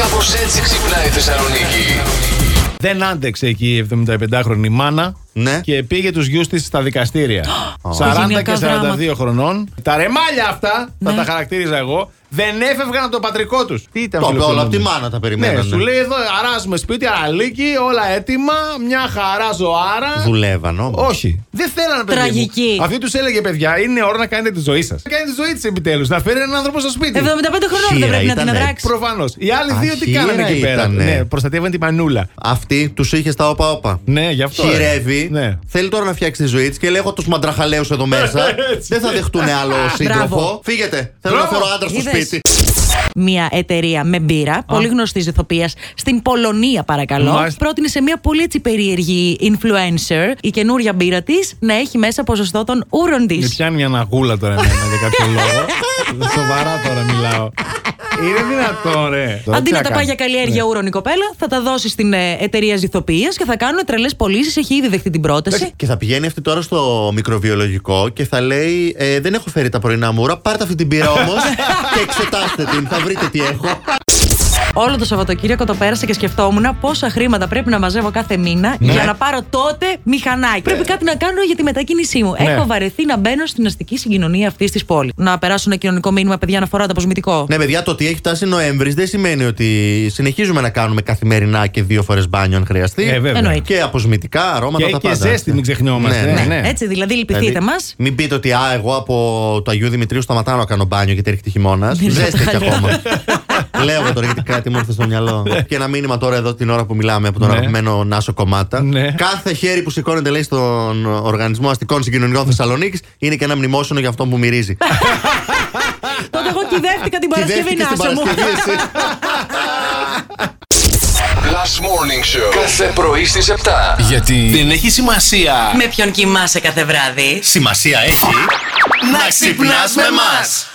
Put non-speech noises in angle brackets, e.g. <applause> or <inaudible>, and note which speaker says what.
Speaker 1: Κάπως έτσι ξυπνάει η Θεσσαλονίκη.
Speaker 2: Δεν άντεξε εκεί η 75χρονη μάνα
Speaker 3: Ναι.
Speaker 2: και πήγε τους γιους της στα
Speaker 3: <gasps>
Speaker 2: δικαστήρια. 40 και
Speaker 4: Οικογενειακά
Speaker 2: 42
Speaker 4: δράματα.
Speaker 2: χρονών. Τα ρεμάλια αυτά, θα
Speaker 4: Ναι.
Speaker 2: τα χαρακτήριζα εγώ, δεν έφευγαν από το πατρικό τους. Τι ήταν
Speaker 3: Το είπε όλα
Speaker 2: φιλοξενούμενοι.
Speaker 3: από τη μάνα τα
Speaker 2: Ναι,
Speaker 3: περιμένανε.
Speaker 2: σου λέει εδώ αράζουμε σπίτι, αραλίκι, όλα έτοιμα, μια χαρά ζωάρα.
Speaker 3: Δουλεύαν όμως.
Speaker 2: Όχι. Δεν θέλανε παιδιά.
Speaker 4: Τραγική.
Speaker 2: Αυτή τους έλεγε, παιδιά, είναι ώρα να κάνετε τη ζωή σας. Να κάνετε τη ζωή της επιτέλους. Να φέρει έναν άνθρωπο στο σπίτι.
Speaker 4: 75 χρονών δεν
Speaker 3: Χείρα
Speaker 4: πρέπει να την
Speaker 3: ήτανε.
Speaker 4: αδράξεις.
Speaker 2: Προφανώς. Οι άλλοι
Speaker 3: Α,
Speaker 2: δύο τι
Speaker 3: χείρα
Speaker 2: κάνανε εκεί πέρα.
Speaker 3: ήτανε.
Speaker 2: Ναι, προστατεύαν την πανούλα.
Speaker 3: Αυτή τους είχε στα όπα-όπα.
Speaker 2: Ναι, γι' αυτό. ε.
Speaker 3: Χειρεύει.
Speaker 2: Ναι.
Speaker 3: Θέλει τώρα να φτιάξει τη ζωή της και λέει: Έχω τους μαντραχαλαίους εδώ μέσα.
Speaker 2: <laughs> Έτσι.
Speaker 3: Δεν θα δεχτούν άλλο σύντροφο.
Speaker 4: Μπράβο.
Speaker 3: Φύγετε. Θέλω να
Speaker 2: Μπράβο.
Speaker 3: φέρω άντρα στο
Speaker 4: Είδες.
Speaker 3: σπίτι.
Speaker 4: Μια εταιρεία με μπύρα, πολύ γνωστή ηθοποιίας, στην Πολωνία παρακαλώ,
Speaker 2: Μάλιστα.
Speaker 4: πρότεινε σε μια πολύ έτσι περίεργη influencer η καινούρια μπύρα της να έχει μέσα ποσοστό των ούρων της.
Speaker 2: Με πιάνει μια ναγούλα τώρα εμένα για κάποιο λόγο. Σοβαρά τώρα μιλάω. Είναι δυνατόν, ρε. Τώρα
Speaker 4: Αντί
Speaker 2: τι
Speaker 4: να τα
Speaker 2: κάνω.
Speaker 4: πάει για καλλιέργεια
Speaker 2: Ναι.
Speaker 4: ούρων η κοπέλα, θα τα δώσει στην ε, εταιρεία ζυθοποιίας και θα κάνουν τρελές πωλήσεις. Έχει ήδη δεχτεί την πρόταση.
Speaker 3: Ε, Και θα πηγαίνει αυτή τώρα στο μικροβιολογικό και θα λέει: «Ε, Δεν έχω φέρει τα πρωινά μούρα. Πάρτε αυτή την πύρα
Speaker 4: <laughs>
Speaker 3: όμως και εξετάστε την. Θα βρείτε τι έχω.
Speaker 4: Όλο το Σαββατοκύριακο το πέρασα και σκεφτόμουν πόσα χρήματα πρέπει να μαζεύω κάθε μήνα για να πάρω τότε μηχανάκι. Ναι. Πρέπει κάτι να κάνω για τη μετακίνησή μου.
Speaker 2: Ναι.
Speaker 4: Έχω βαρεθεί να μπαίνω στην αστική συγκοινωνία αυτής της πόλης. Να περάσω ένα κοινωνικό μήνυμα, παιδιά, να φοράω το αποσμητικό.
Speaker 3: Ναι, παιδιά, το ότι έχει φτάσει Νοέμβρης δεν σημαίνει ότι συνεχίζουμε να κάνουμε καθημερινά και δύο φορές μπάνιο αν χρειαστεί.
Speaker 2: Ε, βέβαια.
Speaker 4: Εννοείται.
Speaker 3: Και αποσμητικά, αρώματα,
Speaker 2: Και-
Speaker 3: τα
Speaker 2: και
Speaker 3: πάντα.
Speaker 2: ζέστη, μην ξεχνιόμαστε.
Speaker 3: Ναι, ναι.
Speaker 2: Ναι.
Speaker 4: Έτσι, δηλαδή, λυπηθείτε
Speaker 3: Δηλαδή,
Speaker 4: μας.
Speaker 3: Μην πείτε ότι α, εγώ από το Αγίου Δημητρίου σταματάω να κάνω μπάνιο γιατί έρχεται χειμώνα.
Speaker 4: Μην
Speaker 3: Ζέστη έχει
Speaker 4: σταματάω.
Speaker 3: ακόμα. Λέω εγώ τώρα γιατί κάτι μου ήρθε στο μυαλό. και ένα μήνυμα τώρα εδώ την ώρα που μιλάμε από τον
Speaker 2: Ναι.
Speaker 3: αγαπημένο Νάσο Κομμάτα.
Speaker 2: Ναι.
Speaker 3: Κάθε χέρι που σηκώνεται λέει στον Οργανισμό Αστικών Συγκοινωνιών Θεσσαλονίκης είναι και ένα μνημόσυνο για αυτό που μυρίζει.
Speaker 4: Τότε <laughs> εγώ κυδεύτηκα την
Speaker 3: Τη
Speaker 4: Παρασκευή,
Speaker 3: δέχτηκες την
Speaker 4: Νάσο μου.
Speaker 3: Παρασκευή
Speaker 4: <laughs>
Speaker 3: εσύ.
Speaker 1: Last Morning Show. Κάθε πρωί στις 7.
Speaker 5: Γιατί δεν έχει σημασία.
Speaker 4: Με ποιον κοιμάσαι κάθε βράδυ.
Speaker 3: Σημασία έχει
Speaker 5: Να ξυπνάς με μας.